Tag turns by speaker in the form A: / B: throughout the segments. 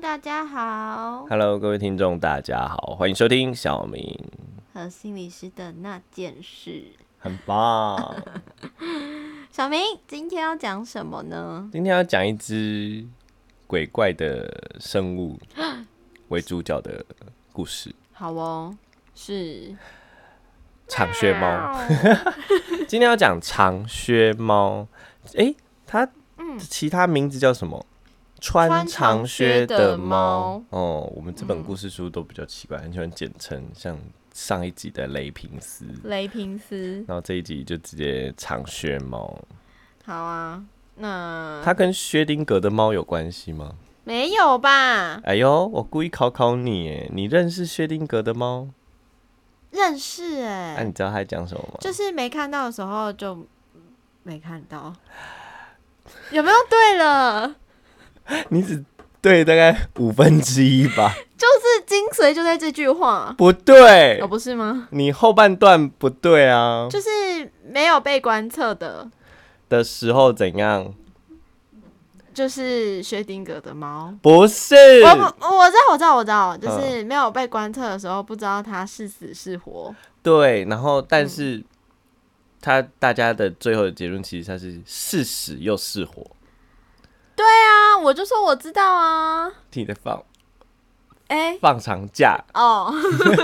A: 大家 好，
B: Hello，各位听众，大家好，欢迎收听小明，
A: 和心理师的那件事。
B: 很棒。
A: 小明，今天要讲什么呢？
B: 今天要讲一只鬼怪的生物 为主角的故事，
A: 好哦，是
B: 长靴猫。 今天要讲长靴猫，诶，它其他名字叫什么？
A: 穿
B: 穿
A: 长
B: 长
A: 靴
B: 靴
A: 的
B: 的
A: 猫
B: 猫。嗯哦，我们这本故事书都比较奇怪，很喜欢简称，像上一集的雷平斯，
A: 雷平斯。
B: 然后这一集就直接长靴猫。
A: 好啊，那
B: 它跟薛丁格的猫有关系吗？
A: 没有吧？
B: 哎呦，我故意考考你，哎，你认识薛丁格的猫？
A: 认识哎、
B: 那、你知道他在讲什么吗？
A: 就是没看到的时候就没看到，有没有对了？
B: 你只对大概五分之一吧，
A: 就是精髓就在这句话，
B: 不对
A: 哦，，不是吗？
B: 你后半段不对啊。
A: 就是没有被观测的，
B: 的时候怎样？
A: 就是薛定谔的猫。
B: 不是，
A: 我不我知道，我知道，我知道，就是没有被观测的时候，不知道它是死是活。
B: 对，然后但
A: 嗯
B: 是他大家的最后的结论其实他是是死又是活，
A: 啊，我就说我知道啊。
B: 你的放
A: 哎、
B: 放长假。
A: 哦，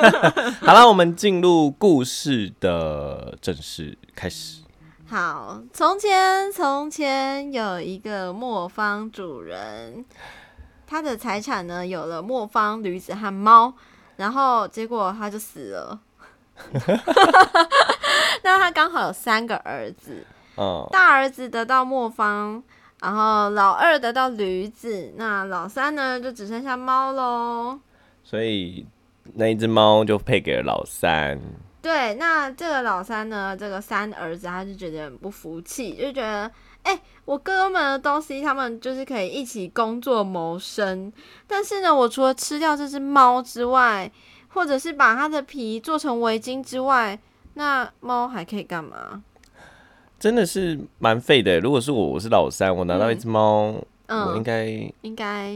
B: 好了，我们进入故事的正式开始。
A: 好，从前从前有一个磨坊主人，他的财产呢有了磨坊驴子和猫，然后结果他就死了。 那他刚好有三个儿子，
B: 嗯，
A: 大儿子得到磨坊，然后老二得到驴子，那老三呢就只剩下猫喽。
B: 所以那一只猫就配给了老三。
A: 对，那这个老三呢，这个三儿子他就觉得很不服气，就觉得，哎、我哥们的东西他们就是可以一起工作谋生，但是呢，我除了吃掉这只猫之外，或者是把它的皮做成围巾之外，那猫还可以干嘛？
B: 真的是蛮废的。如果是我，我是老三，我拿到一只猫，我
A: 嗯，
B: 应该
A: 应该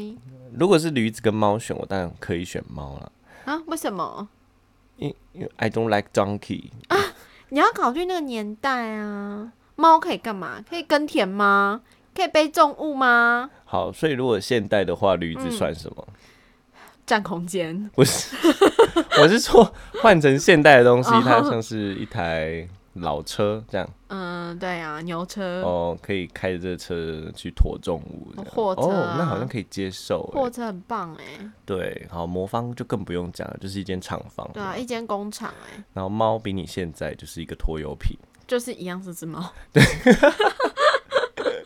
B: 如果是驴子跟猫选，我当然可以选猫了。
A: 啊？为什么？
B: 因因为 I don't like donkey，
A: 你要考虑那个年代啊，猫可以干嘛？可以耕田吗？可以背重物吗？
B: 好，所以如果现代的话，驴子算什么？
A: 嗯占空间。
B: 不是， 我是说换成现代的东西，
A: 哦
B: 它像是一台老车这样，
A: 嗯，对啊，牛车、
B: 哦，可以开着这车去驮重物这样，
A: 货车
B: 哦，那好
A: 啊
B: 像可以接受欸。
A: 货车很棒哎、
B: 对，好，魔方就更不用讲了，就是一间厂房。
A: 对啊，一间工厂哎、
B: 然后猫比你现在就是一个拖油瓶。
A: 就是一样是只猫。对，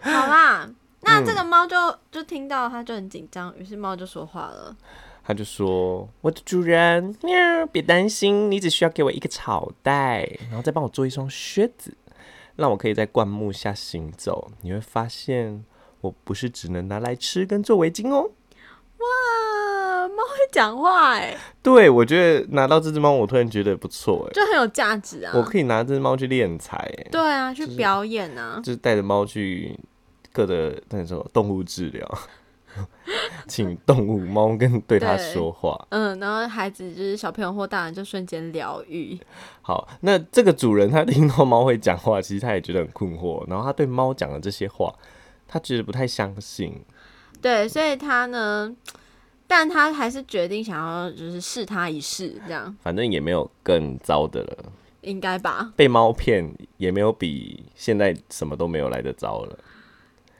A: 好啦，那这个猫就就听到它就很紧张，于是猫就说话了。
B: 他就说：“我的主人，喵，别担心，你只需要给我一个草袋，然后再帮我做一双靴子，让我可以在灌木下行走。你会发现，我不是只能拿来吃跟做围巾哦。
A: 哇，猫会讲话哎、
B: 对，我觉得拿到这只猫，我突然觉得不错哎，
A: 就很有价值啊
B: 我。可以拿这只猫去练财哎，
A: 对啊，去表演啊。
B: 就是带着猫去各的那什么动物治疗， 请动物猫跟对它
A: 对
B: 说话。”
A: 嗯，然后孩子就是小朋友或大人就瞬间疗愈。
B: 好，那这个主人他听到猫会讲话，其实他也觉得很困惑，然后他对猫讲的这些话，他觉得不太相信。
A: 对，所以他呢，但他还是决定想要就是试他一试，这样
B: 反正也没有更糟的了，
A: 应该吧？
B: 被猫骗也没有比现在什么都没有来的糟了。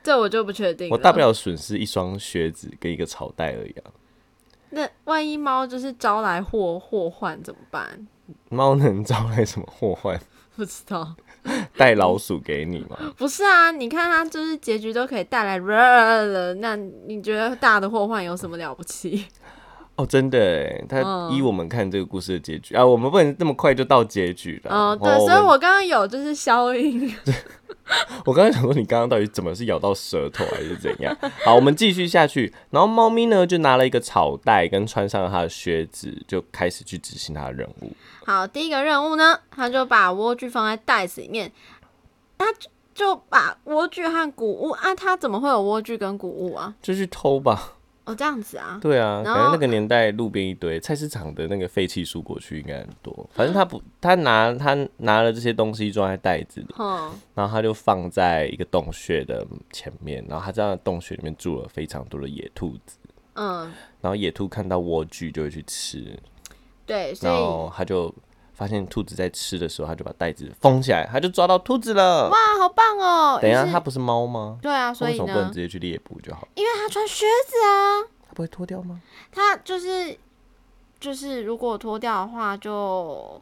A: 这我就不确定。
B: 我大不。了损失一双靴子跟一个草袋而已啊。
A: 那万一猫就是招来祸祸患怎么办？
B: 猫能招来什么祸患？
A: 不知道。
B: 带老鼠给你吗？
A: 不是啊，你看它就是结局都可以带来 了，那你觉得大的祸患有什么了不起？
B: 哦，真的耶，他
A: 嗯
B: 依我们看这个故事的结局啊，我们不能这么快就到结局了。
A: 嗯，对，
B: 哦
A: 所以
B: 们
A: 我刚刚有就是消音。
B: 我刚才想说，你刚刚到底怎么是咬到舌头还是怎样？好，我们继续下去。然后猫咪呢，就拿了一个草袋，跟穿上了它的靴子，就开始去执行它的任务。
A: 好，第一个任务呢，他就把莴苣放在袋子里面，他就就把莴苣和谷物啊，他怎么会有莴苣跟谷物啊？
B: 就去偷吧，
A: 哦，这样子啊，
B: 对啊，
A: 然
B: 反正
A: 后
B: 那个年代路边一堆菜市场的那个废弃蔬果区应该很多。反正他不，他拿他拿了这些东西装在袋子里，
A: 哼，
B: 然后他就放在一个洞穴的前面，然后他在洞穴里面住了非常多的野兔子，
A: 嗯，
B: 然后野兔看到莴苣就会去吃，
A: 对，所
B: 然
A: 以
B: 后他就发现兔子在吃的时候，他就把袋子封起来，他就抓到兔子了。
A: 哇，好棒哦！
B: 等一下，
A: 于是
B: 它不是猫吗？
A: 对啊，
B: 它
A: 所
B: 为
A: 以
B: 什么不能
A: 呢
B: 直，接去猎捕就好？
A: 因为他穿靴子啊，
B: 它不会脱掉吗？
A: 他就是就是如果脱掉的话就。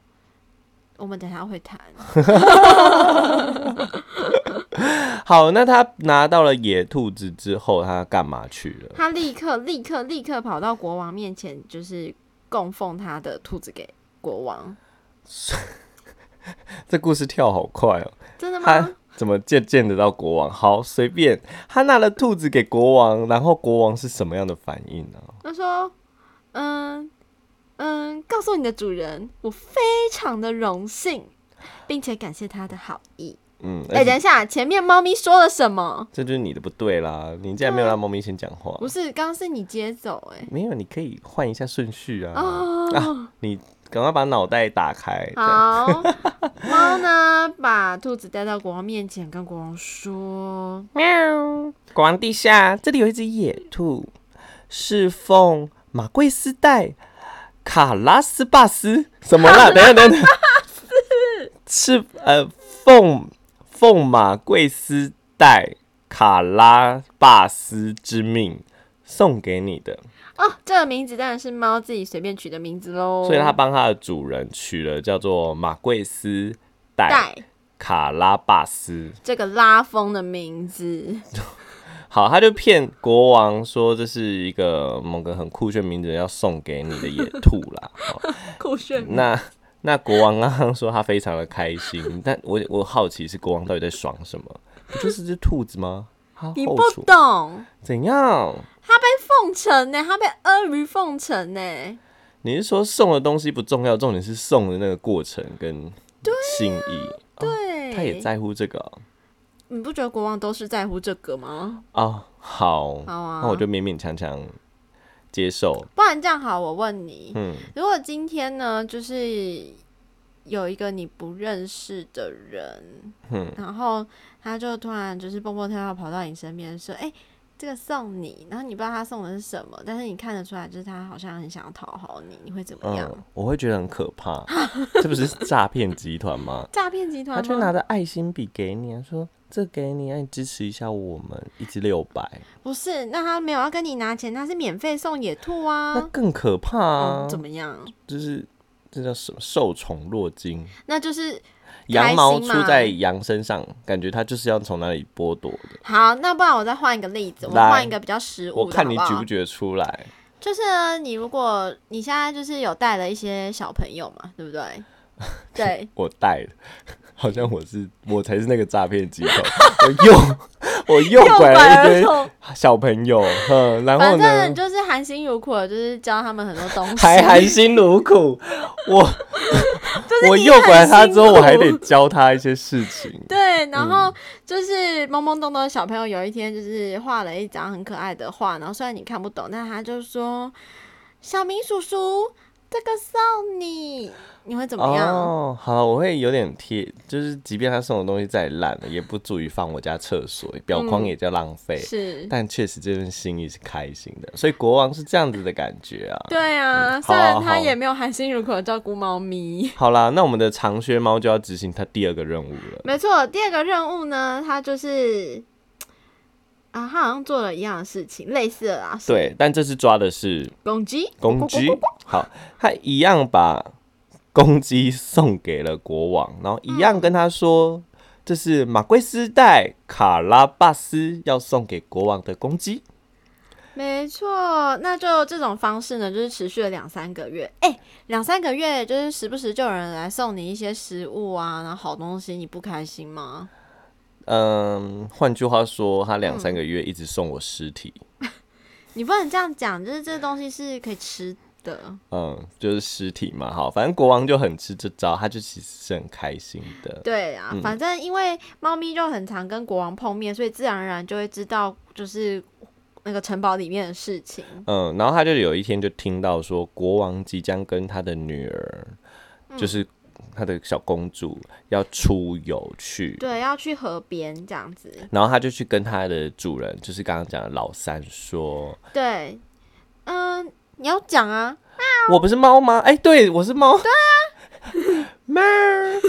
A: 我们等一下会谈，
B: 好，那他拿到了野兔子之后，他干嘛去了？
A: 他立刻立刻立刻跑到国王面前，就是供奉他的兔子给国王。
B: 这故事跳好快哦！
A: 真的
B: 他
A: 吗？
B: 怎么见见得到国王？好，随便，他拿了兔子给国王，然后国王是什么样的反应呢、
A: 他说：“嗯嗯，告诉你的主人，我非常的荣幸，并且感谢他的好意。
B: 嗯，
A: 哎、
B: 而且
A: 等一下，前面猫咪说了什么？
B: 这就是你的不对啦，你竟然没有让猫咪先讲话
A: 不。是，刚刚是你接走、 哎、
B: 没有，你可以换一下顺序啊！
A: 哦，
B: 你赶快把脑袋打开。这样
A: 好，猫呢把兔子带到国王面前，跟国王说
B: 喵，国王陛下，这里有一只野兔，侍奉马贵斯代卡拉斯巴斯，什 么啦？等一下，等一下，是呃，奉奉马贵斯代卡拉巴斯之命送给你的，：“
A: 哦，这个名字当然是猫自己随便取的名字喽。”
B: 所以他帮他的主人取了叫做马贵斯代
A: 带
B: 卡拉巴斯。
A: 这个拉风的名字，
B: 好，他就骗国王说这是一个某个很酷炫名字要送给你的野兔啦。好
A: 酷炫名
B: 那那国王刚刚说他非常的开心，但我我好奇是国王到底在爽什么？不就是只兔子吗？他
A: 你
B: 后
A: 不
B: 厨
A: 懂。
B: 怎样？
A: 奉承呢、他被阿谀奉承呢、
B: 你是说送的东西不重要，重点是送的那个过程跟心意。哦
A: 对，
B: 他也。在乎这个哦
A: 你不觉得国王都是在乎这个吗？
B: 哦。好，
A: 好啊，
B: 那我就勉勉强强接受。
A: 不然这样好，我问你，
B: 嗯，
A: 如果今天呢，就是有一个你不认识的人，
B: 嗯
A: 然后他就突然就是蹦蹦跳跳跑到你身边说：“哎、这个送你。”然后你不知道他送的是什么，但是你看得出来，就是他好像很想要讨好你，你会怎么样？
B: 嗯，我会觉得很可怕， 这不是诈骗集 团吗？
A: 诈骗集团
B: 他
A: 吗？
B: 就拿着爱心笔给你啊，说这给你，啊让你支持一下我们，一支六百，
A: 不是，那他没有要跟你拿钱，他是免费送野兔啊。
B: 那更可怕啊
A: 哦，！怎么样？
B: 就是这叫什么受宠若惊，
A: 那就是
B: 羊毛
A: 开
B: 出
A: 心嘛
B: 在羊身上，感觉他就是要从哪里剥夺的。
A: 好，那不然我再换一个例子，我
B: 来
A: 们换一个比较实物
B: 我
A: 的，
B: 看你
A: 好
B: 举
A: 不好
B: 不？举得出来，
A: 就是呢，你如果你现在就是有带了一些小朋友嘛，对不对？ 对，
B: 我带了，好像我是我才是那个诈 骗集团，我诱我诱拐了一堆
A: 童，
B: 小朋友，嗯，然后
A: 反正？
B: 呢
A: 就是含辛茹苦的，就是教他们很多 东西，
B: 还含辛 茹苦，我
A: 就是
B: 我
A: 你
B: 诱拐
A: 很
B: 他
A: 辛
B: 之后，我还得
A: 苦
B: 教他一些事情。
A: 对，然
B: 嗯
A: 后就是懵懵懂懂的小朋友，有一天就是画了一张很可爱的画，然后虽然你看不懂，但他就说：“小明叔叔，这个送你。”你会怎么样？
B: 哦，好，我会有点贴，就是即便他送的东西再烂了，也不足以放我家厕所，表框也叫浪费。
A: 是，
B: 但确实这份心意是开心的，所以国王是这样子的感觉啊。
A: 对啊，
B: 嗯
A: 虽
B: 好
A: 然
B: 好
A: 他
B: 好
A: 也没有含辛茹苦的照顾猫咪。
B: 好啦，那我们的长靴猫就要执行它第二个任务了。
A: 没错，第二个任务呢，他就是啊，他好像做了一样的事情，类似的啦，
B: 对，但这次抓的是
A: 公鸡，
B: 公鸡。好，他一样把公鸡送给了国王，然后一样跟他说，这是马贵斯代卡拉巴斯要送给国王的公鸡。
A: 没错，那就这种方式呢，就是持续了两三个月。哎、两三个月就是时不时就有人来送你一些食物啊，然后好东西，你不开心吗？
B: 嗯，换句话说，他两三个月一直送我尸体，
A: 你不能这样讲，就是这东西是可以吃的。
B: 嗯，就是尸体嘛。好，反正国王就很吃这招，他就其实是很开心的。嗯
A: 对啊，反正因为猫咪就很常跟国王碰面，所以自然而然就会知道，就是那个城堡里面的事情。
B: 嗯，然后他就有一天就听到说，国王即将跟他的女儿，就是他的小公主要出游去，
A: 对，要去河边这样子。
B: 然后他就去跟他的主人，就是刚刚讲的老三说
A: 对，嗯、你要讲啊，：“
B: 我不是猫吗？哎、对我是猫。”对啊， 猫儿，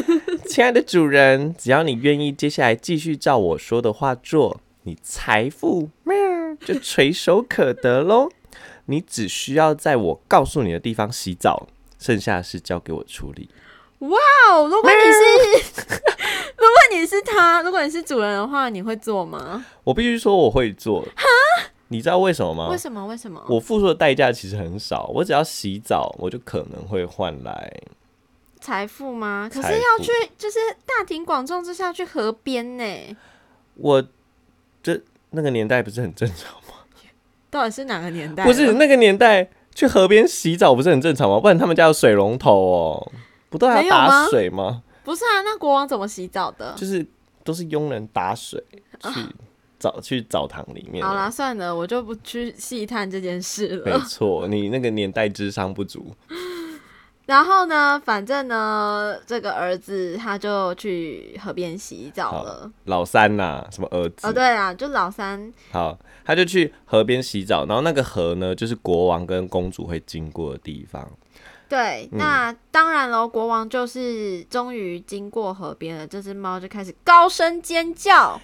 B: 亲爱的主人，只要你愿意，接下来继续照我说的话做，你财富喵儿就垂手可得喽。你只需要在我告诉你的地方洗澡，剩下的事交给我处理。
A: 哦，如果你是， 如果你是他，如果你是主人的话，你会做吗？
B: 我必须说我会做。你知道为什么吗
A: 为？什么？为什么？
B: 啊我付出的代价其实很少，我只要洗澡，我就可能会换来。
A: 财富吗？可是
B: 财富
A: 要去，就是大庭广众之下去河边呢，
B: 我这那个年代不是很正常吗？
A: 到底是哪个年代？
B: 不是，那个年代去河边洗澡不是很正常吗？不然他们家有水龙头哦，不都还
A: 没
B: 要
A: 有吗
B: 打水吗？
A: 不是啊，那国王怎么洗澡的？
B: 就是都是佣人打水去澡去澡堂里面。
A: 啊好啦，算了，我就不去细探这件事了。
B: 没错，你那个年代智商不足。
A: 然后呢，反正呢，这个儿子他就去河边洗澡了。
B: 老三呐、什么儿子？
A: 哦，对啦，就老三，
B: 好，他就去河边洗澡，然后那个河呢，就是国王跟公主会经过的地方。
A: 对，
B: 嗯
A: 那当然喽，国王就是终于经过河边了，这只猫就开始高声尖叫，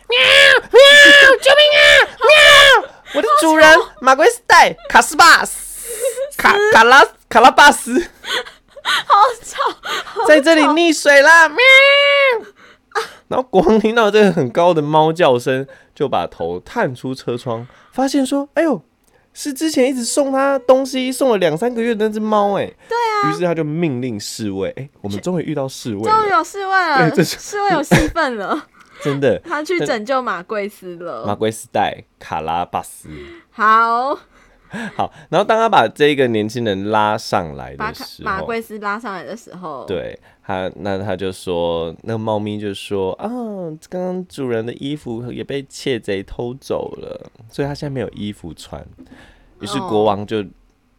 B: 我的主人马奎斯戴卡斯巴斯，卡卡拉卡拉巴斯，
A: 好吵！
B: 在这里溺水啦！喵。然后国王听到这个很高的猫叫声，就把头探出车窗，发现说：“哎呦，是之前一直送他东西，送了两三个月的那只猫。”哎，对啊。于是他就命令侍卫：“哎，我们终于遇到侍卫
A: 终于
B: 了，
A: 有侍卫了
B: 对，这是
A: 侍卫有戏份 了，
B: 真的。”
A: 他去
B: 这
A: 拯救马贵斯
B: 马
A: 了。
B: 圭斯戴卡拉巴斯。
A: 好，
B: 好，然后当他把这个年轻人拉上来
A: 把
B: 的
A: 卡
B: 时
A: 马
B: 候，
A: 贵斯拉上来的时候，，
B: 哦对他，那他就说，那猫咪就说啊，刚刚主人的衣服也被窃贼偷走了，所以他现在没有衣服穿。于是国王就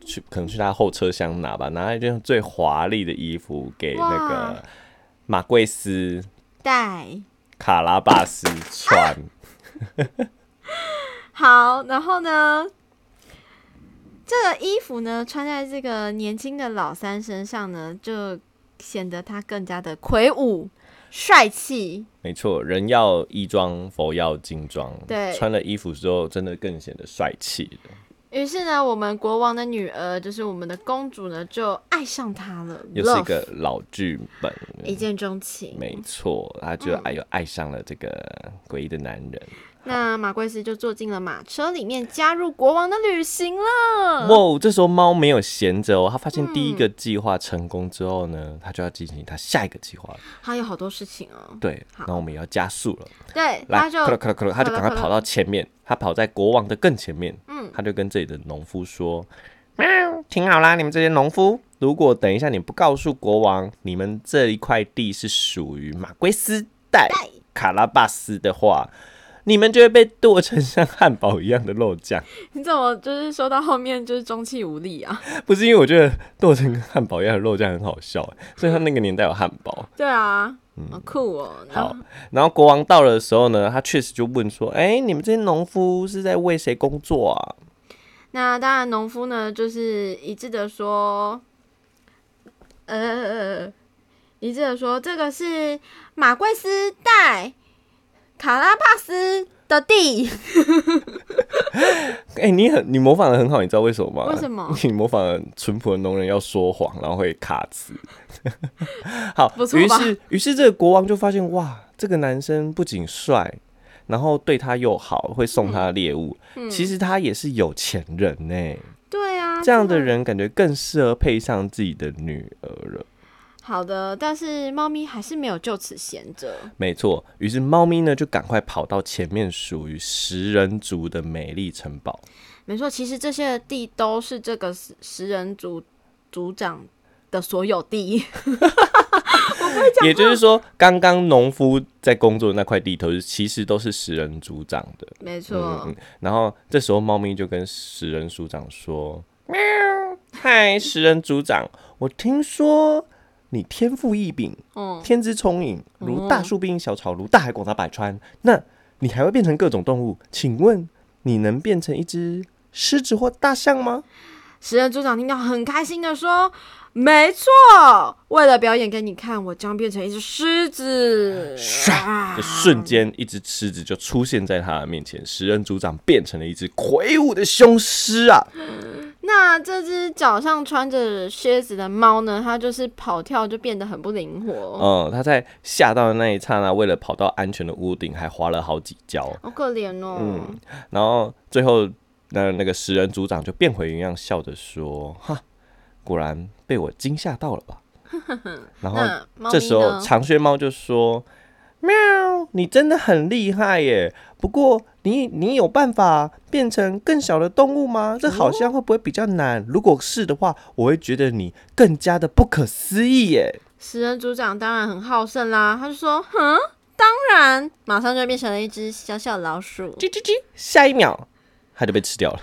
B: 去，可能去他后车厢拿吧，拿了一件最华丽的衣服给那
A: 哇
B: 个马贵斯
A: 带
B: 卡拉巴斯穿。
A: 好，然后呢，这个衣服呢穿在这个年轻的老三身上呢，就显得他更加的魁梧帅气。
B: 没错，人要衣装，佛要金装。
A: 对
B: 穿了衣服之后，真的更显得帅气了。
A: 于是呢，我们国王的女儿，就是我们的公主呢，就爱上他了，
B: 又是一
A: love，
B: 个老剧本，
A: 一见钟情。
B: 没错，他就哎
A: 嗯
B: 又爱上了这个诡异的男人。
A: 那马贵斯就坐进了马车里面，加入国王的旅行了。
B: 哇，这时候猫没有闲着哦，它发现第一个计划成功之后
A: 嗯
B: 呢，它就要进行它下一个计划了。
A: 他有好多事情哦。
B: 对，
A: 好
B: 然后我们也要加速了。
A: 对，
B: 来，
A: 他就
B: 克了克了克了，他就赶快
A: 咔啦咔啦
B: 跑到前面，他跑在国王的更前面。
A: 嗯
B: 他就跟这里的农夫说：“喵，听好啦，你们这些农夫，如果等一下你不告诉国王，你们这一块地是属于马圭斯代卡拉巴斯的话，你们就会被剁成像汉堡一样的肉酱。
A: 你怎么就是说到后面就是中气无力啊？
B: 不是因为我觉得剁成跟汉堡一样的肉酱很好笑，欸所以他那个年代有汉堡。”
A: 对啊，
B: 嗯
A: 好酷哦。然后
B: 好，然后国王到了的时候呢，他确实就问说：“哎、你们这些农夫是在为谁工作啊？”
A: 那当然，农夫呢就是一致的说，呃，一致的说，这个是马贵斯带卡拉帕斯的地，
B: 哎、你很你模仿的很好，你知道为什么吗？
A: 为什么？
B: 你模仿了淳朴的农人要说谎，然后会卡词。 好
A: 不，错
B: 于
A: 吧
B: 是于是这个国王就发现，哇，这个男生不仅帅，然后对他又好，会送他
A: 嗯
B: 猎物。其实他也是有钱人呢、
A: 对啊，
B: 这样的
A: 真。
B: 人感觉更适合配上自己的女儿了。
A: 好的，但是猫咪还是没有就此闲着。
B: 没错，于是猫咪呢就赶快跑到前面属于食人族的美丽城堡。
A: 没错，其实这些地都是这个食食人族族长的所有地。我不
B: 也就是说，刚刚农夫在工作的那块地头，其实都是食人族长的。
A: 没错，
B: 嗯嗯，然后这时候猫咪就跟食人族长说：“喵，嗨，食人族长，我听说你天赋异禀，
A: 嗯
B: 天资聪颖，如大树并小草，如大海广大百川。那你还会变成各种动物？请问你能变成一只狮子或大象吗？”
A: 食人族长听到很开心的说：“没错，为了表演给你看，我将变成一只狮子。”啊
B: 唰！就瞬间，一只狮子就出现在他的面前，食人族长变成了一只魁梧的雄狮啊！
A: 那这只脚上穿着靴子的猫呢？它就是跑跳就变得很不灵活，
B: 嗯，他在吓到的那一刹那，为了跑到安全的屋顶，还滑了好几跤。
A: 好可怜哦。
B: 嗯然后最后，那那个食人族长就变回原样，笑着说：“哈，果然被我惊吓到了吧？”然后
A: 那猫
B: 这时
A: 咪
B: 候
A: 呢？
B: 长靴猫就说：“喵，你真的很厉害耶！不过你你有办法变成更小的动物吗？这好像会不会比较难？如果是的话，我会觉得你更加的不可思议耶。
A: 食人族长当然很好胜啦，他就说：“哼，当然！”马上就变成了一只小小老鼠。
B: 叽叽叽，下一秒它就被吃 掉了。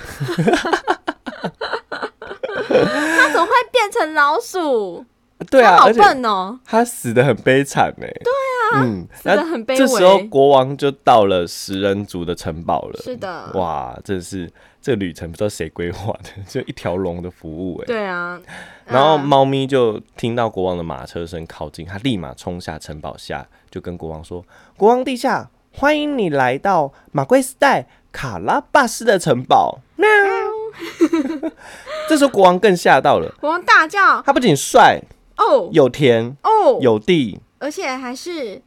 A: 它怎么会变成老鼠？
B: 对啊
A: 它，好
B: 而且
A: 笨哦，
B: 它死的很悲惨哎。对啊，嗯，
A: 死
B: 那
A: 的很卑微。
B: 这时候国王就到了食人族的城堡了。
A: 是的，
B: 哇，真的是这旅程不知道谁规划的， 就一条龙的服务哎。
A: 对啊。
B: 然后
A: 嗯
B: 猫咪就听到国王的马车声靠近，它立马冲下城堡下，就跟国王说：“国王陛下，欢迎你来到马贵斯代卡拉巴斯的城堡。” 喵。这时候国王更吓到了，
A: 国王大叫
B: 他不仅帅，：“
A: 哦
B: 有田，
A: 哦！”
B: 有地，
A: 而且还是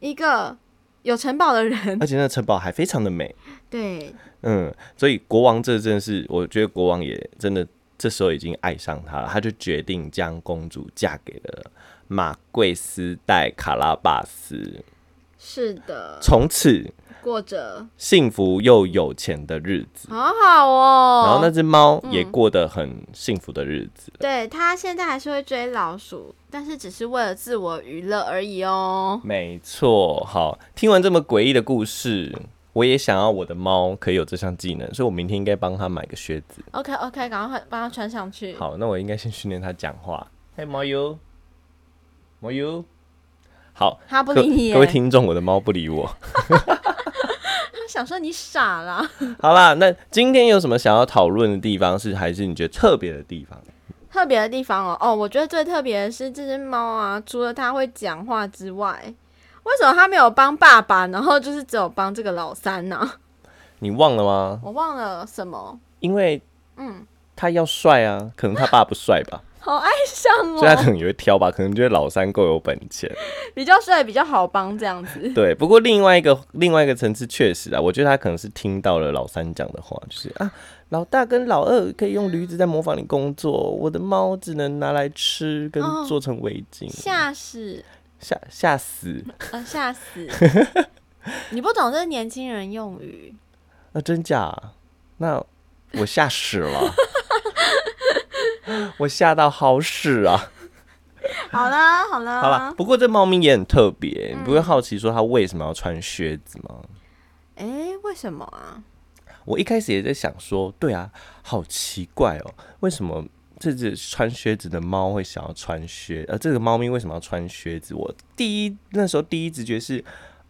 A: 一个有城堡的人。
B: 而且那城堡还非常的美。
A: 对，
B: 嗯，所以国王这真的是，我觉得国王也真的这时候已经爱上她了，他就决定将公主嫁给了马贵斯代卡拉巴斯。
A: 是的，
B: 从此
A: 过着
B: 幸福又有钱的日子。
A: 好好哦。嗯
B: 然后那只猫也过得很幸福的日子。
A: 对他现在还是会追老鼠，但是只是为了自我娱乐而已哦。
B: 没错，好，听完这么诡异的故事，我也想要我的猫可以有这项技能，所以我明天应该帮它买个靴子。
A: OK OK，赶快帮他穿上去。
B: 好，那我应该先训练它讲话。嘿，猫油，猫油，好，
A: 他不
B: 各
A: 理你耶，
B: 各位听众，我的猫不理我。
A: 他想说你傻啦。
B: 好啦，那今天有什么想要讨论的地方是，还是你觉得特别的地方？
A: 特别的地方哦，哦，我觉得最特别的是这只猫啊，除了它会讲话之外，为什么它没有帮爸爸，然后就是只有帮这个老三呢、
B: 你忘了吗？
A: 我忘了什么，
B: 因为
A: 嗯，
B: 他要帅啊，可能他爸不帅吧，
A: 好爱上
B: 所以他可
A: 哦，
B: 能也会挑吧，可能觉得老三够有本钱。
A: 比较帅，比较好帮这样子。
B: 对，不过另外一个另外一个层次确实啊，我觉得他可能是听到了老三讲的话，就是啊，老大跟老二可以用驴子在模仿你工作，我的猫只能拿来吃跟
A: 哦
B: 做成围巾，
A: 吓死，
B: 吓吓死
A: 呃，吓死！ 你不懂这是年轻人用语，
B: 啊，真假？那我吓屎了，我吓到好屎啊！
A: 好啦，好啦，
B: 好啦，不过这猫咪也很特别，你不会好奇说它为什么要穿靴子吗？
A: 哎、为什么啊？
B: 我一开始也在想说，对啊，好奇怪哦，为什么这只穿靴子的猫会想要穿靴？呃，这个猫咪为什么要穿靴子？我第一那时候第一直觉是，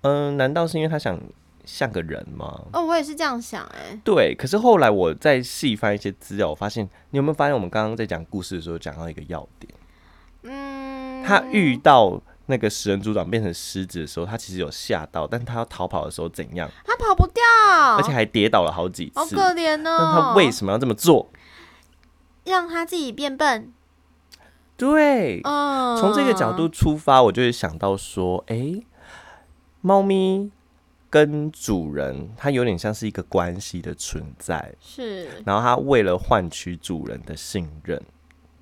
B: 嗯、难道是因为它想像个人吗？
A: 哦，我也是这样想、哎，
B: 对，可是后来我再细翻一些资料，我发现你有没有发现我们刚刚在讲故事的时候讲到一个要点，
A: 嗯，
B: 他遇到那个食人族长变成狮子的时候，他其实有吓到，但他要逃跑的时候怎样，
A: 他跑不掉，
B: 而且还跌倒了好几
A: 好
B: 次。
A: 可怜哦。
B: 那他为什么要这么做？
A: 让他自己变笨？
B: 对，
A: 嗯，
B: 从这个角度，出发，我就会想到说，诶，猫咪跟主人，它有点像是一个关系的存在。
A: 是，
B: 然后它为了换取主人的信任，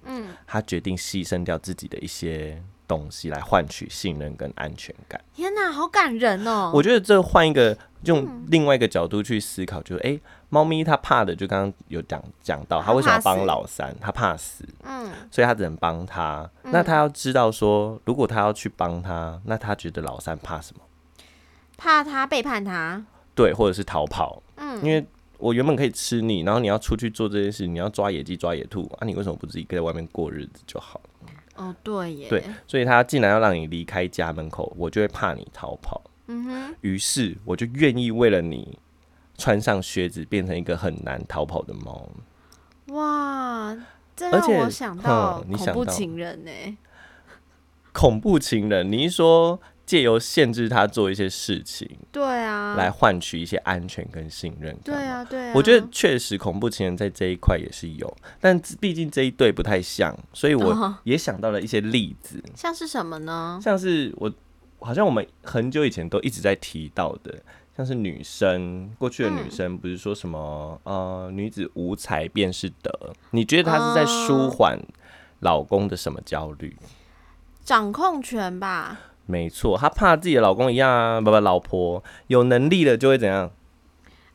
A: 嗯，
B: 它决定牺牲掉自己的一些东西来换取信任跟安全感。
A: 天哪，好感人哦！嗯
B: 我觉得这换一个用另外一个角度去思考，就是诶，猫、咪它怕的，就刚刚有讲讲到，它为什么要
A: 怕
B: 帮
A: 死
B: 老三？它怕死，
A: 嗯，
B: 所以它只能帮他。那它要知道说，如果它要去帮他，那它觉得老三怕什么？
A: 怕他背叛他，
B: 对，或者是逃跑。
A: 嗯
B: 因为我原本可以吃你，然后你要出去做这件事，你要抓野鸡、抓野兔啊，你为什么不自己在外面过日子就好？
A: 哦，对耶，
B: 对，所以他既然要让你离开家门口，我就会怕你逃跑，
A: 嗯哼，
B: 于是我就愿意为了你穿上靴子，变成一个很难逃跑的猫。
A: 哇，这
B: 而
A: 让
B: 且
A: 我想到
B: 嗯你
A: 恐
B: 想
A: 怖
B: 到
A: 情人欸呢、
B: 恐怖情人，你一说借由限制他做一些事情，
A: 对啊，
B: 来换取一些安全跟信任
A: 对
B: 感吗？
A: 啊，对啊，
B: 我觉得确实恐怖情人在这一块也是有，但毕竟这一对不太像，所以
A: 哦
B: 我也想到了一些例子，
A: 像是什么呢？
B: 像是我好像我们很久以前都一直在提到的，像是女生过去的
C: 嗯
B: 女生不是说什么、呃女子无才便是德，你觉得她是在舒缓老公的什么焦虑？
A: 掌控权吧，
B: 没错，她怕自己的老公一样啊，不不，老婆有能力了就会怎样，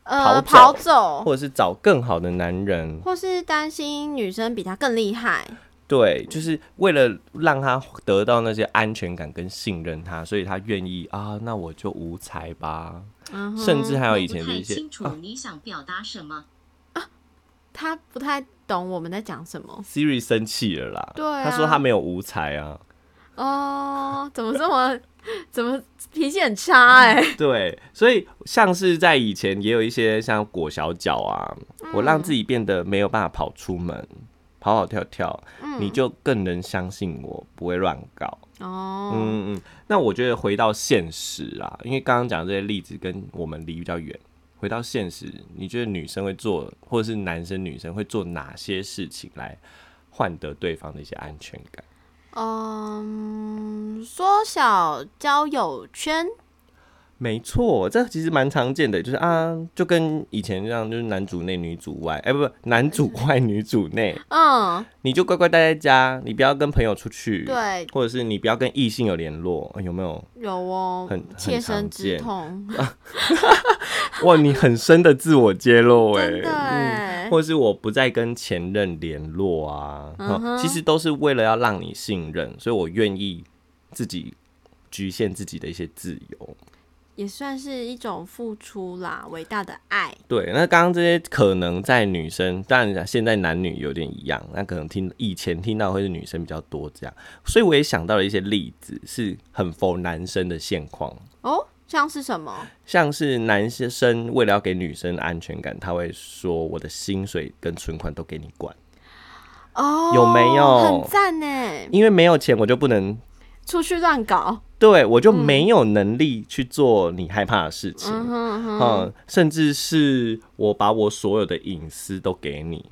A: 呃，
B: 跑
A: 跑
B: 走
C: 哦
A: 走，
B: 或者是找更好的男人，
A: 或是担心女生比他更厉害，
B: 对，就是为了让他得到那些安全感跟信任他，所以他愿意啊，那我就无才吧。
A: 嗯哼
B: 甚至还有以
C: 不
B: 前的
C: 太
B: 一些啊
C: 清楚你想表达什么。
A: 他不太懂我们在讲什么
B: Siri 生气了啦，
A: 对啊
B: 他说他没有无才啊，
A: 哦，怎么这么怎么脾气很差哎、
B: 嗯对，所以像是在以前也有一些像裹小脚啊，
A: 欸嗯
B: 我让自己变得没有办法跑出门，跑跑跳跳，
A: 嗯
B: 你就更能相信我不会乱搞。
A: 哦，
B: 嗯嗯，那我觉得回到现实啊，因为刚刚讲这些例子跟我们离比较远，回到现实，你觉得女生会做，或者是男生女生会做哪些事情来换得对方的一些安全感？
A: 嗯，缩小交友圈，
B: 没错，这其实蛮常见的，就是啊，就跟以前一样，就是男主内女主外，哎、不不，男主外女主内，
A: 嗯，
B: 你就乖乖待在家，你不要跟朋友出去，，
A: 对，
B: 或者是你不要跟异性有联络，哎有没有？
A: 有哦
B: 很，很
A: 切身
B: 常
A: 之
B: 见
A: 痛，
B: 哇，你很深的自我揭露、哎，
A: 真的哎、
B: 或是我不再跟前任联络啊，
A: 嗯哼
B: 其实都是为了要让你信任，所以我愿意自己局限自己的一些自由。
A: 也算是一种付出啦，伟大的爱，
B: 对，那刚刚这些可能在女生，当然现在男女有点一样，那可能听以前听到会是女生比较多这样，所以我也想到了一些例子，是很否男生的现况，
A: 哦，像是什么？
B: 像是男生为了要给女生安全感，他会说我的薪水跟存款都给你管，
A: 哦，
B: 有没有
A: 很赞呢，
B: 因为没有钱我就不能
A: 出去乱搞，
B: 对我就没有能力去做你害怕的事情，
A: 嗯
B: 嗯
A: 哼哼，
B: 甚至是我把我所有的隐私都给你，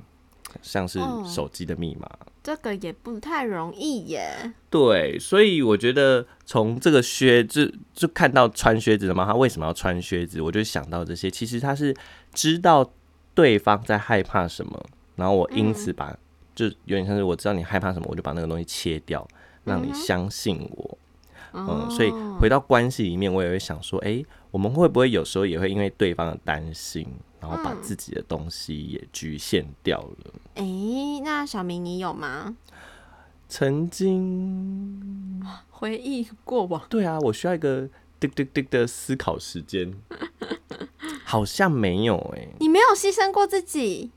B: 像是
A: 哦
B: 手机的密码。
A: 这个也不太容易耶。
B: 对，所以我觉得从这个靴子就看到穿靴子的妈，她为什么要穿靴子？我就想到这些，其实她是知道对方在害怕什么，然后我因此把、就有点像是我知道你害怕什么，我就把那个东西切掉，让你相信我。
A: 哦
B: 嗯，所以回到关系里面，我也会想说，诶，我们会不会有时候也会因为对方的担心，然后把自己的东西也局限掉了？
A: 哎、那小明你有吗？
B: 曾经，
A: 回忆过往，
B: 对啊，我需要一个滴滴滴的思考 时间，好像没有欸诶，
A: 你没有牺牲过自己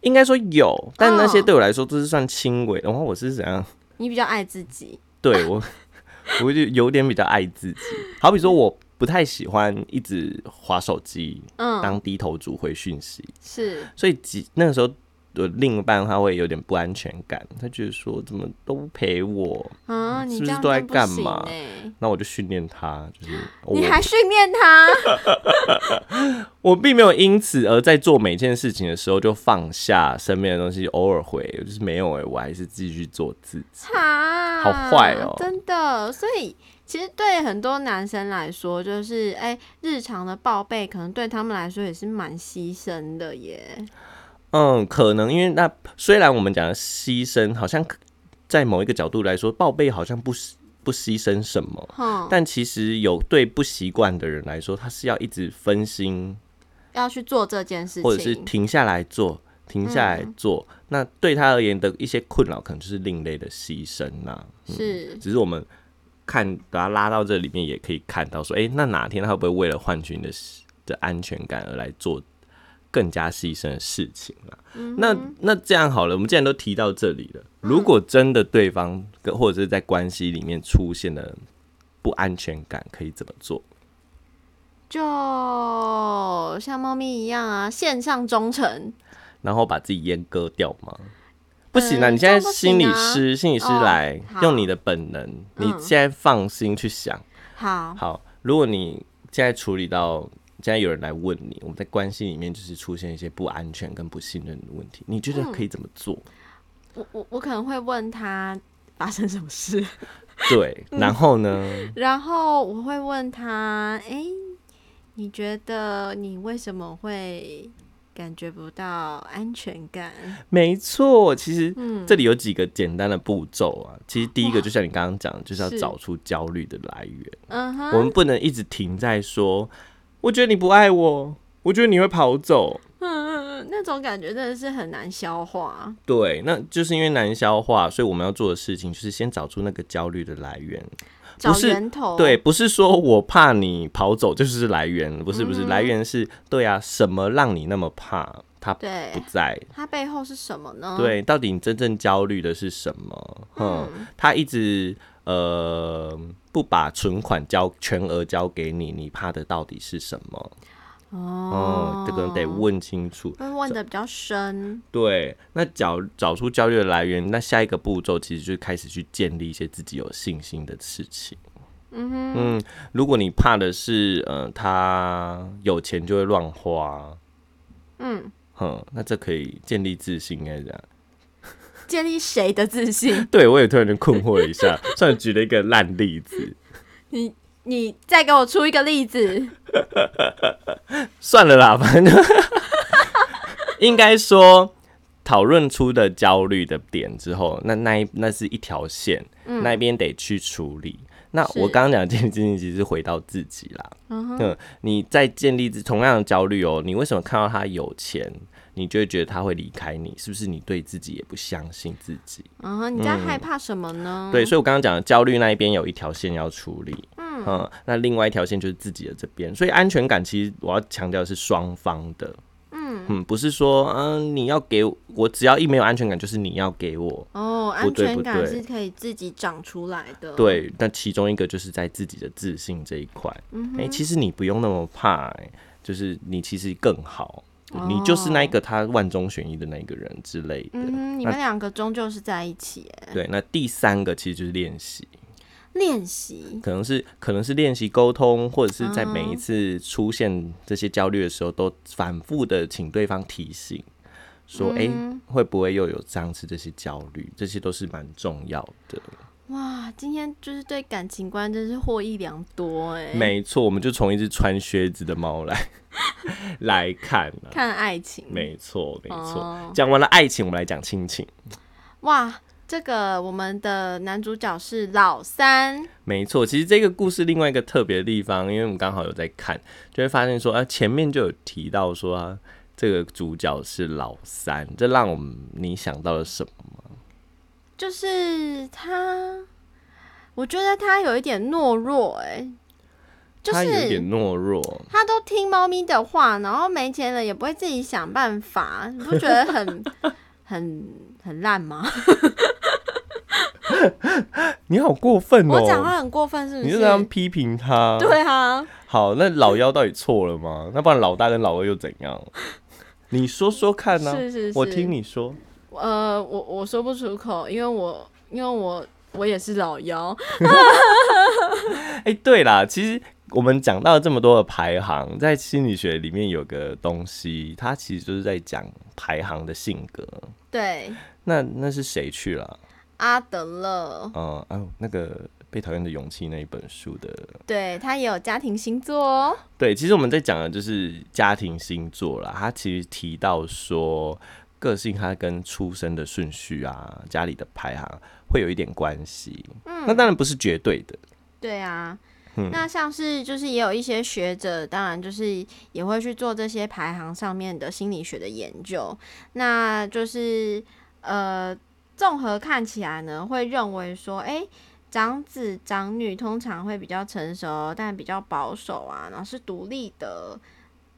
B: 应该说有，但那些
A: 哦
B: 对我来说都是算轻微的。然后我是怎样？
A: 你比较爱自己，
B: 对我，我就有点比较爱自己。好比说，我不太喜欢一直划手机，
A: 嗯，
B: 当低头族回讯息。
A: 是
B: 所以几那个时候的另一半他会有点不安全感，他觉得说怎么都不陪我，
A: 啊，你
B: 嗯是
A: 这
B: 不是
A: 样
B: 都在
A: 真不
B: 干
A: 行
B: 嘛
A: 欸
B: 那我就训练他，就是
A: 你还
B: 我
A: 训练他？
B: 我并没有因此而在做每件事情的时候就放下身边的东西，偶尔回就是没有哎、我还是继续做自己。
A: 哈，
B: 好坏哦
A: 真的。所以其实对很多男生来说，就是哎、日常的报备可能对他们来说也是蛮牺牲的耶。
B: 嗯，可能因为那虽然我们讲的牺牲好像在某一个角度来说，报备好像不牺不牺牲什么，
A: 哼，
B: 但其实有对不习惯的人来说，他是要一直分心，
A: 要去做这件事情，
B: 或者是停下来做，停下来做。那对他而言的一些困扰，可能就是另类的牺牲啊呐、
A: 是
B: 只是我们看把它拉到这里面，也可以看到说，诶，那哪天他会不会为了换取你的的安全感而来做更加牺牲的事情啦？
A: 嗯
B: 那那这样好了，我们既然都提到这里了，如果真的对方跟或者是在关系里面出现了不安全感，可以怎么做？
A: 就像猫咪一样啊，线上忠诚。
B: 然后把自己阉割掉吗？不行啊！
A: 嗯
B: 你现在
A: 这样不
B: 心理
A: 行啊
B: 师，心理师
A: 哦
B: 来、
A: 好
B: 用你的本能，你
A: 嗯
B: 现在放心去想。
A: 好，
B: 好，如果你现在处理到现在有人来问你，我们在关系里面就是出现一些不安全跟不信任的问题，你觉得可以怎么做？
A: 我我我可能会问他发生什么事，
B: 对，然后呢？
A: 然后我会问他，诶，你觉得你为什么会感觉不到安全感？
B: 没错，其实
A: 嗯
B: 这里有几个简单的步骤啊。其实第一个就像你刚刚讲的，就是啊要
A: 是
B: 找出焦虑的来源。
A: 嗯
B: 我
A: 哼，
B: 们不能一直停在说，我觉得你不爱我，我觉得你会跑走。
A: 嗯，那种感觉真的是很难消化。
B: 对，那就是因为难消化，所以我们要做的事情就是先找出那个焦虑的来源。
A: 找
B: 是
A: 源头，
B: 对，，不是说我怕你跑走就是来源，不是不是，来源是对啊，什么让你那么怕他不
A: 对
B: 在？
A: 它背后是什么呢？，
B: 对，到底你真正焦虑的是什么？嗯，他一直呃不把存款交全额交给你，你怕的到底是什么？
A: 哦
B: 哦、，这个得问清楚。
A: 会问的比较深，
B: 对，那找找出焦虑的来源，那下一个步骤其实就是开始去建立一些自己有信心的事情。
A: 嗯哼，
B: 嗯，如果你怕的是，呃，他有钱就会乱花，
A: 嗯，
B: 哼，那这可以建立自信，应哎该这样。
A: 建立谁的自 信？
B: 对我也突然间困惑一 下，算举了一个烂例子。
A: 你你再给我出一个例子，
B: 算了啦， 反正应该说讨论出的焦虑的点之后，那那一那是一条线，那一边得去处理。那我
A: 嗯是
B: 刚刚讲的建立自信，其实是回到自己啦。
A: 嗯哼，
B: 嗯，你在建立自同样的焦虑哦，你为什么看到他有钱，你就会觉得他会离开你？是不是你对自己也不相信自己？
A: 嗯哼，你在害怕什么呢？
B: 嗯对，所以我刚刚讲的焦虑那一边有一条线要处理，嗯那另外一条线就是自己的这边，所以安全感其实我要强调是双方的，嗯不是说嗯、你要给我我只要一没有安全感就是你要给我，
A: 哦，
B: 不
A: 安
B: 对
A: 全
B: 不
A: 感
B: 对
A: 是可以自己长出来的。，
B: 对，那其中一个就是在自己的自信这一块。哎、其实你不用那么怕、欸，就是你其实更好，你就是那一个他万中选一的那一个人之类的。
A: 嗯哼，你们两个终究是在一起耶，
B: 对，那第三个其实就是练习，
A: 练习，
B: 可能是可能是练习沟通，或者是在每一次出现这些焦虑的时候，都反复的请对方提醒，说，哎、会不会又有上次这些焦虑？这些都是蛮重要的。
A: 哇，今天就是对感情观真是获益良多哎。
B: 没错，我们就从一只穿靴子的猫来 来看啊。
A: 看爱情，
B: 没错，没错
A: 哦。
B: 讲完了爱情，我们来讲亲情。
A: 哇，这个我们的男主角是老三，
B: 没错，其实这个故事另外一个特别的地方，因为我们刚好有在看，就会发现说，啊，前面就有提到说、啊，这个主角是老三，这让我们你想到了什么？
A: 就是他，我觉得他有一点懦弱哎、就
B: 他有点
A: 是
B: 懦弱，
A: 他都听猫咪的话，然后没钱了也不会自己想办 法，你不觉得很很很烂吗？
B: 你好过分哦、
A: 我讲话很过分是不
B: 你
A: 是
B: 就？这样批评他。，
A: 对啊，
B: 好，那老幺到底错了吗？那不然老大跟老二又怎样？你说说啊看呢、
A: 是是是
B: 我听你说。
A: 呃，我我说不出口，因为我因为我我也是老幺，
B: 哎、对啦，其实我们讲到这么多的排行，在心理学里面有个东西，它其实就是在讲排行的性格。
A: 对，
B: 那那是谁去了？
A: 阿德勒，
B: 嗯，哎、呦，那个被讨厌的勇气那一本书的，
A: 对他也有家庭星座哦，
B: 对，其实我们在讲的就是家庭星座啦。它其实提到说，个性它跟出生的顺序啊、家里的排行会有一点关系。嗯，那当然不是绝对的。
A: 对啊，那像是就是也有一些学者，当然就是也会去做这些排行上面的心理学的研究。那就是呃，综合看起来呢，会认为说，诶，长子长女通常会比较成熟，但比较保守啊，然后是独立的，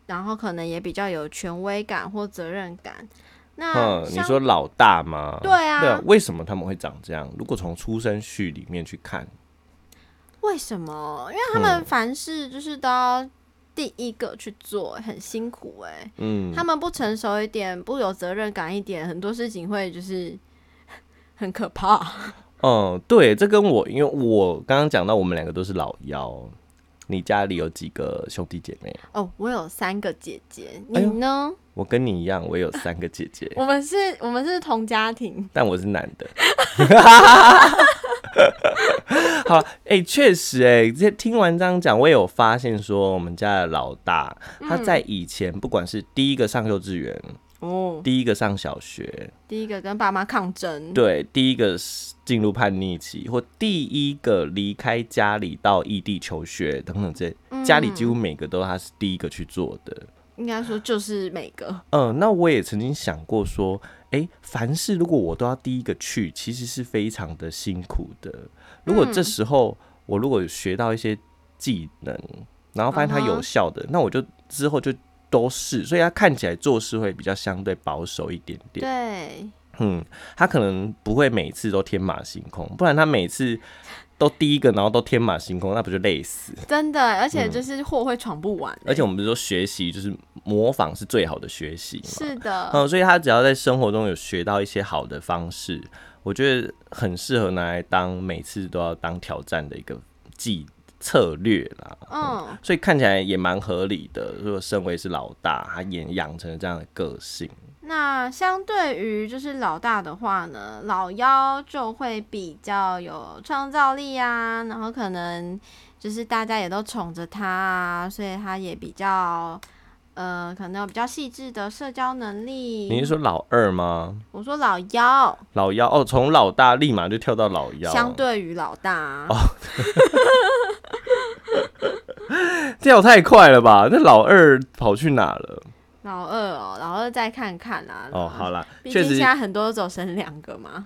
A: 然后可能也比较有权威感或责任感。那
B: 嗯，你
A: 像
B: 说老大吗？
A: 对啊
B: 为什么他们会长这样？如果从出生序里面去看，
A: 为什么？因为他
B: 嗯
A: 们凡事就是都要第一个去做，很辛苦诶。
B: 嗯，
A: 他们不成熟一点，不有责任感一点，很多事情会就是 很可 怕。
B: 嗯，对，这跟我，因为我刚刚讲到我们两个都是老幺，你家里有几个兄弟姐妹？
A: 哦，我有三个姐姐，你
B: 哎呦哎
A: 呢？
B: 我跟你一样，我有三个姐 姐，
A: 我们是，我们是同家庭。
B: 但我是男的。 好，哎、确实、哎，这听完这样讲，我也有发现说，我们家的老大，他
A: 嗯
B: 在以前不管是第一个上幼稚园，
A: 哦，
B: 第一个上小学，
A: 第一个跟爸妈抗争，
B: 对，第一个是进入叛逆期，或第一个离开家里到异地求学等等这，家里几乎每个都他是第一个去做的。
A: 嗯应该说就是每个
B: 嗯、那我也曾经想过说，诶，凡事如果我都要第一个去，其实是非常的辛苦的。如果这时候我如果学到一些技能，然后发现它
A: 嗯
B: 有
A: 哼
B: 效的，那我就之后就都是，所以他看起来做事会比较相对保守一点点。
A: 对。
B: 嗯，他可能不会每次都天马行空，不然他每次都第一个，然后都天马行空，那不就累死？
A: 真的，而且就是货会闯不完、欸
B: 而且我们不是说学习就是模仿是最好的学习嘛，
A: 是的，
B: 嗯，所以他只要在生活中有学到一些好的方式，我觉得很适合拿来当每次都要当挑战的一个计策略啦。
A: 嗯，
B: 所以看起来也蛮合理的。如果身为是老大，他演养成了这样的个性，
A: 那相对于就是老大的话呢，老幺就会比较有创造力啊，然后可能就是大家也都宠着他啊，所以他也比较呃，可能有比较细致的社交能力。
B: 你是说老二吗？
A: 我说老幺，
B: 老幺哦，从老大立马就跳到老幺，哦
A: 相对于老大，啊
B: 跳太快了吧？那老二跑去哪了？
A: 老二哦，老二再看看啦、
B: 哦，好，啦，
A: 毕
B: 确
A: 竟
B: 实
A: 现，在很多都只有生两个嘛。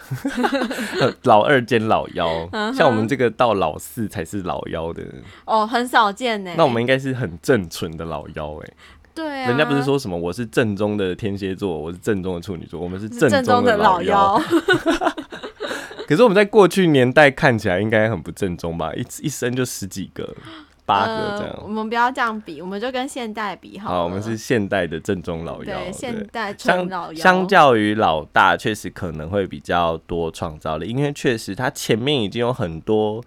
B: 呃 老二兼老幺，
A: 嗯
B: 像我们这个到老四才是老幺的，
A: 哦，很少见呢。
B: 那我们应该是很正纯的老幺哎、
A: 对啊，
B: 人家不是说什么我是正宗的天蝎座，我是正宗的处女座，我们是
A: 正宗
B: 宗
A: 的
B: 老
A: 老
B: 幺。哦
A: 幺，
B: 可是我们在过去年代看起来应该很不正宗吧？一一生就十几个、八个这
A: 呃。我
B: 样。
A: 们不要这样比，我们就跟现代比好了。
B: 好，我们是现代的正宗老幺，
A: 对现
B: 对
A: 代纯老
B: 相
A: 妖，
B: 相较于老大，确实可能会比较多创造力，因为确实他前面已经有很多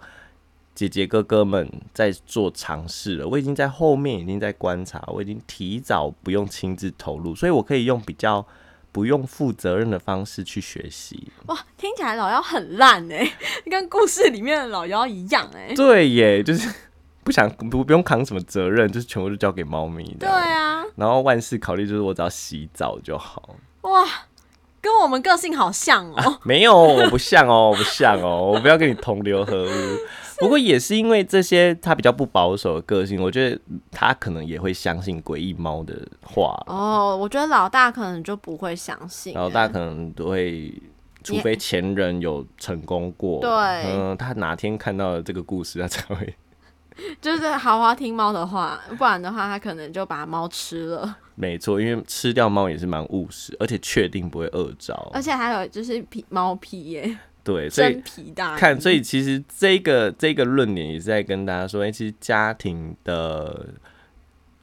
B: 姐姐哥哥们在做尝试了，我已经在后面已经在观察，我已经提早不用亲自投入，所以我可以用比较不用负责任的方式去学 习。
A: 哇，听起来老妖很烂哎、跟故事里面的老妖一样哎、
B: 对耶，就是 不想不不用扛什么责任，就是全部都交给猫咪这
A: 对
B: 样。
A: 啊，
B: 然后万事考虑就是我只要洗澡就好。
A: 哇，跟我们个性好像哦、
B: 没有，我不像哦，我 不像哦，我不要跟你同流合 污。不过也是因为这些他比较不保守的个性，我觉得他可能也会相信诡异猫的话，
A: 哦，我觉得老大可能就不会相信、
B: 然后大家可能都会，除非前人有成功过，
A: 对
B: 嗯，他哪天看到了这个故事，他才会
A: 就是好好听猫的话，不然的话他可能就把猫吃了，
B: 没错，因为吃掉猫也是蛮务实，而且确定不会饿着
A: 而，且还有就是皮猫皮耶、
B: 对，所以
A: 真皮大衣
B: 看，所以其实这个这个论点也是在跟大家说，哎、其实家庭的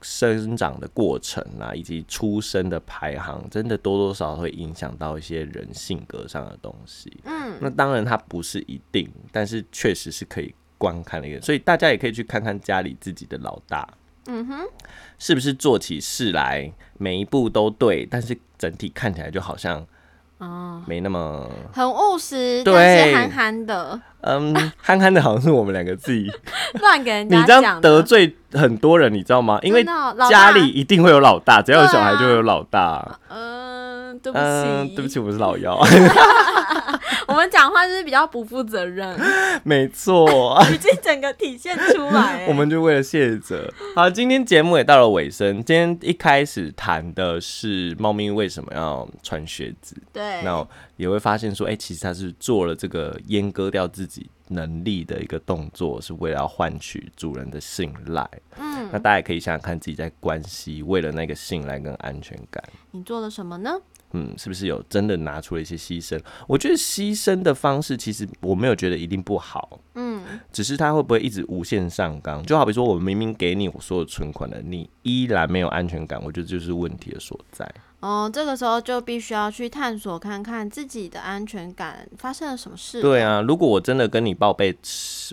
B: 生长的过程啊，以及出生的排行，真的多多少少会影响到一些人性格上的东西。
A: 嗯，
B: 那当然它不是一定，但是确实是可以观看的一个，所以大家也可以去看看家里自己的老大，
A: 嗯
B: 哼，是不是做起事来每一步都对，但是整体看起来就好像
A: 哦，
B: 没那么。
A: 很务实，
B: 对
A: 但是憨憨 的，
B: 嗯，憨憨的好像是我们两个自己
A: 乱给人
B: 你
A: 家
B: 这
A: 讲
B: 样
A: 的
B: 得罪很多人，你知道吗？因为
A: 真的哦老
B: 家
A: 大
B: 里一定会有老大，只要有
A: 对啊
B: 小孩就会有老大。
A: 嗯、对不起，
B: 嗯，对不起，我是老妖，
A: 我们讲话就是比较不负责 任，
B: 没 错。
A: 已经整个体现出来、欸。
B: 我们就为了谢哲。好，今天节目也到了尾声。今天一开始谈的是猫咪为什么要穿靴子，
A: 对，
B: 那也会发现说，哎、其实它是做了这个阉割掉自己能力的一个动作，是为了要换取主人的信赖。
A: 嗯，
B: 那大家也可以想想看，自己在关系为了那个信赖跟安全感，
A: 你做了什么呢？
B: 嗯，是不是有真的拿出了一些牺牲？我觉得牺牲的方式，其实我没有觉得一定不好，
A: 嗯，
B: 只是它会不会一直无限上纲？就好比说，我明明给你我所有存款了，你依然没有安全感，我觉得这就是问题的所在。
A: 哦，这个时候就必须要去探索看看自己的安全感发生了什么事。
B: 对啊，如果我真的跟你报备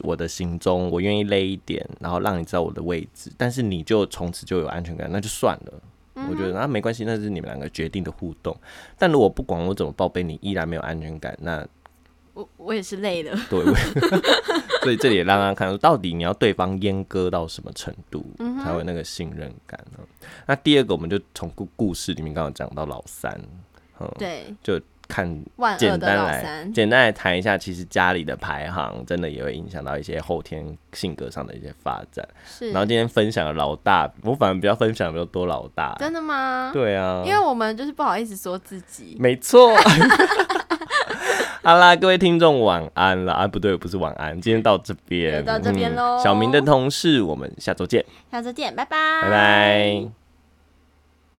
B: 我的行踪，我愿意勒一点，然后让你知道我的位置，但是你就从此就有安全感，那就算了。我觉得啊那没关系，那是你们两个决定的互动。但如果不管我怎么报备，你依然没有安全感，那
A: 我我也是累了。
B: 对，我 所以这里也让大家看出，到底你要对方阉割到什么程度，
A: 嗯
B: 才会有那个信任感呢？那第二个，我们就从故故事里面刚刚讲到老三，嗯，，
A: 对，
B: 就看
A: 万呃恶
B: 简
A: 的
B: 单
A: 老
B: 来
A: 三。
B: 简单来谈一下，其实家里的排行真的也会影响到一些后天性格上的一些发展。
A: 是
B: 然后今天分享的老大，我反而比较分享比较多老大，
A: 真的吗？
B: 对啊，
A: 因为我们就是不好意思说自己。
B: 没错。好啦，各位听众晚安啦！啊，不对，不是晚安，今天到这边，
A: 就到这边
B: 嗯
A: 喽
B: 小明的同事，我们下周见，
A: 下次见，拜拜，
B: 拜拜。